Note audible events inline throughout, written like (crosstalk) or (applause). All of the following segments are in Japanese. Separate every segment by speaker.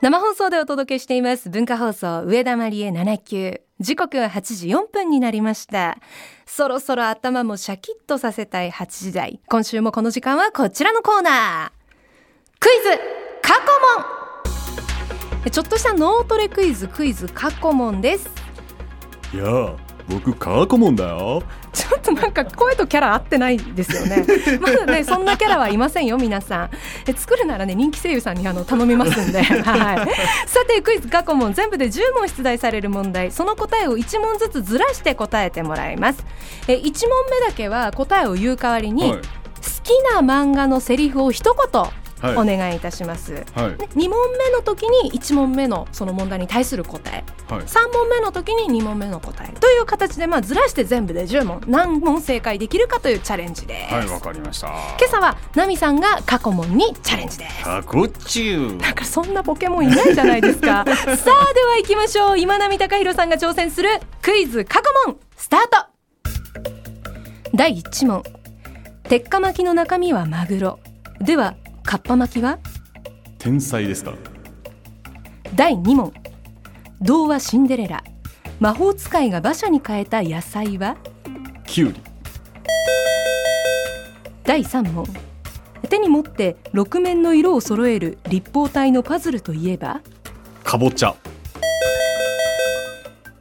Speaker 1: 生放送でお届けしています文化放送上田まりえ7級時刻は8時4分になりましたそろそろ頭もシャキッとさせたい8時台今週もこの時間はこちらのコーナークイズ過去問ちょっとした脳トレクイズクイズ過去問です
Speaker 2: いやあ僕過去問だよ
Speaker 1: ちょっとなんか声とキャラ合ってないですよ
Speaker 2: (laughs)
Speaker 1: ね。まだね、そんなキャラはいませんよ、皆さん。え作るならね、人気声優さんにあの頼みます
Speaker 2: (laughs)
Speaker 1: んで。はい。さて、クイズ過去問、全部で10問出題される問題、その答えを1問ずつずらして答えてもらいます。え1問目だけは答えを言う代わりに、
Speaker 2: は
Speaker 1: 好
Speaker 2: い
Speaker 1: きな漫画のセリフを一言
Speaker 2: はい
Speaker 1: お願いいたします。
Speaker 2: はい
Speaker 1: で2問目の時に1問目のその問題に対する答え
Speaker 2: はい
Speaker 1: 3問目の時に2問目の答えという形で、まあ、ずらして全部で10問何問正解できるかというチャレンジです、
Speaker 2: はいわかりました
Speaker 1: 今朝はナミさんが過去問にチャレンジです
Speaker 2: 過去中
Speaker 1: なんかそんなポケモンいないじゃないです
Speaker 2: (laughs)
Speaker 1: かさあでは行きましょう今波隆弘さんが挑戦するクイズ過去問スタート第1問鉄火巻きの中身はマグロではかっぱ巻きは
Speaker 2: 天才ですか
Speaker 1: 第2問童話シンデレラ魔法使いが馬車に変えた野菜は
Speaker 2: キュウリ
Speaker 1: 第3問手に持って6面の色を揃える立方体のパズルといえば
Speaker 2: かぼちゃ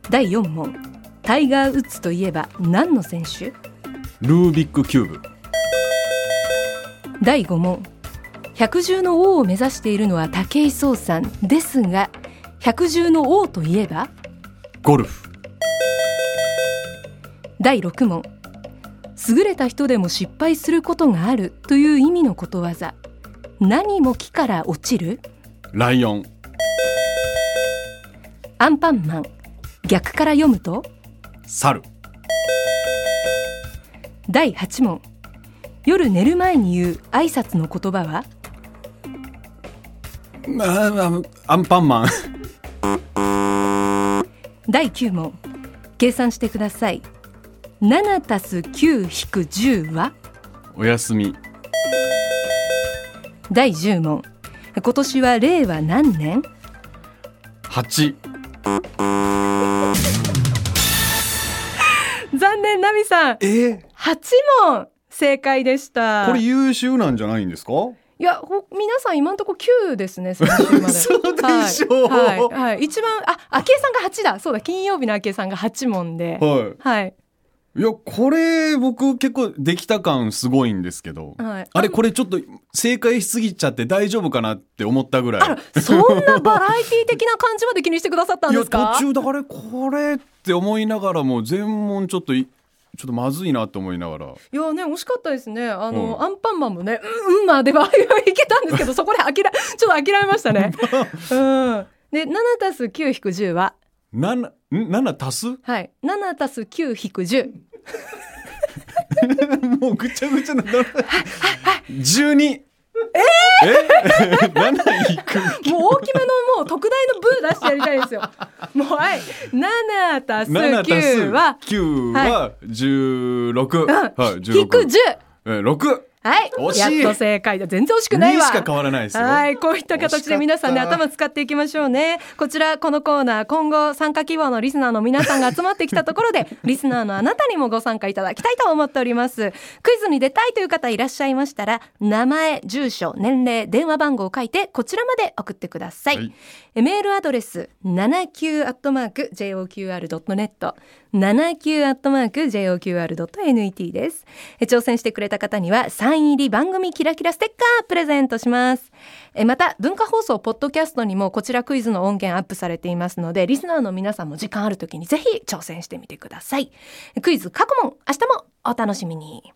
Speaker 1: 第4問タイガー・ウッズといえば何の選手
Speaker 2: ルービックキューブ
Speaker 1: 第5問百獣の王を目指しているのは武井壮さんですが百獣の王といえば
Speaker 2: ゴルフ
Speaker 1: 第6問優れた人でも失敗することがあるという意味のことわざ何も木から落ちる
Speaker 2: ライオン
Speaker 1: アンパンマン逆から読むと
Speaker 2: 猿
Speaker 1: 第8問夜寝る前に言う挨拶の言葉は
Speaker 2: ああアンパンマン
Speaker 1: 第9問計算してください7たす9引く10は
Speaker 2: (laughs) おやすみ
Speaker 1: 第10問今年は令和何年
Speaker 2: 八
Speaker 1: 残念ナミさん
Speaker 2: えー、
Speaker 1: 8問正解でした
Speaker 2: これ優秀なんじゃないんですか
Speaker 1: いや、ほ皆さん今のところ9ですね、先週まで。 (laughs)
Speaker 2: 嘘でしょ
Speaker 1: はい、はいはい一番、あ、昭恵さんが8だ。そうだ、金曜日の昭恵さんが8問で。
Speaker 2: は
Speaker 1: はい。
Speaker 2: いいやこれ僕結構できた感すごいんですけど、
Speaker 1: はい
Speaker 2: あれこれちょっと正解しすぎちゃって大丈夫かなって思ったぐらい
Speaker 1: あら、そんなバラエティ的な感じまで気にしてくださったん
Speaker 2: い
Speaker 1: で
Speaker 2: や
Speaker 1: すか
Speaker 2: 途中であれこれって思いながらも全問ちょっといちょっとまずいなって思いながら
Speaker 1: いやね、惜しかったですね。あの、
Speaker 2: うん
Speaker 1: アンパンマンもね、うん、うん、まあでは、いけたんですけど、そこで諦め、 (laughs) ちょっと諦めました
Speaker 2: (laughs)
Speaker 1: ね。うん。で、7たす9引く10は、
Speaker 2: 7ん七足す (laughs)
Speaker 1: はい。7たす9引く10。
Speaker 2: もうぐちゃぐちゃな12ええ7いく
Speaker 1: (laughs) もう大きめのもう特大のブー出してやりたい
Speaker 2: (laughs)
Speaker 1: ですよ。もうはい、七たす九は
Speaker 2: 7足す9は16はい
Speaker 1: 引く十。
Speaker 2: 16
Speaker 1: はい
Speaker 2: 惜、しい
Speaker 1: やっと正解だ。全然惜しくない
Speaker 2: 2
Speaker 1: わ。
Speaker 2: しか変わらないですよ
Speaker 1: はい、こういった形で皆さんね、
Speaker 2: 惜しかった
Speaker 1: 頭使っていきましょうね。こちら、このコーナー、今後参加希望のリスナーの皆さんが集まってきたところ
Speaker 2: (laughs)
Speaker 1: で、リスナーのあなたにもご参加いただきたいと思っております。クイズに出たいという方いらっしゃいましたら、名前、住所、年齢、電話番号を書いて、こちらまで送ってください。
Speaker 2: はい
Speaker 1: えメールアドレス、79-joqr.net、79-joqr.net です。え挑戦してくれた方には、サイン入り番組キラキラステッカープレゼントします。えまた、文化放送ポッドキャストにも、こちらクイズの音源アップされていますので、リスナーの皆さんも時間ある時にぜひ挑戦してみてください。クイズ過去問、明日もお楽しみに。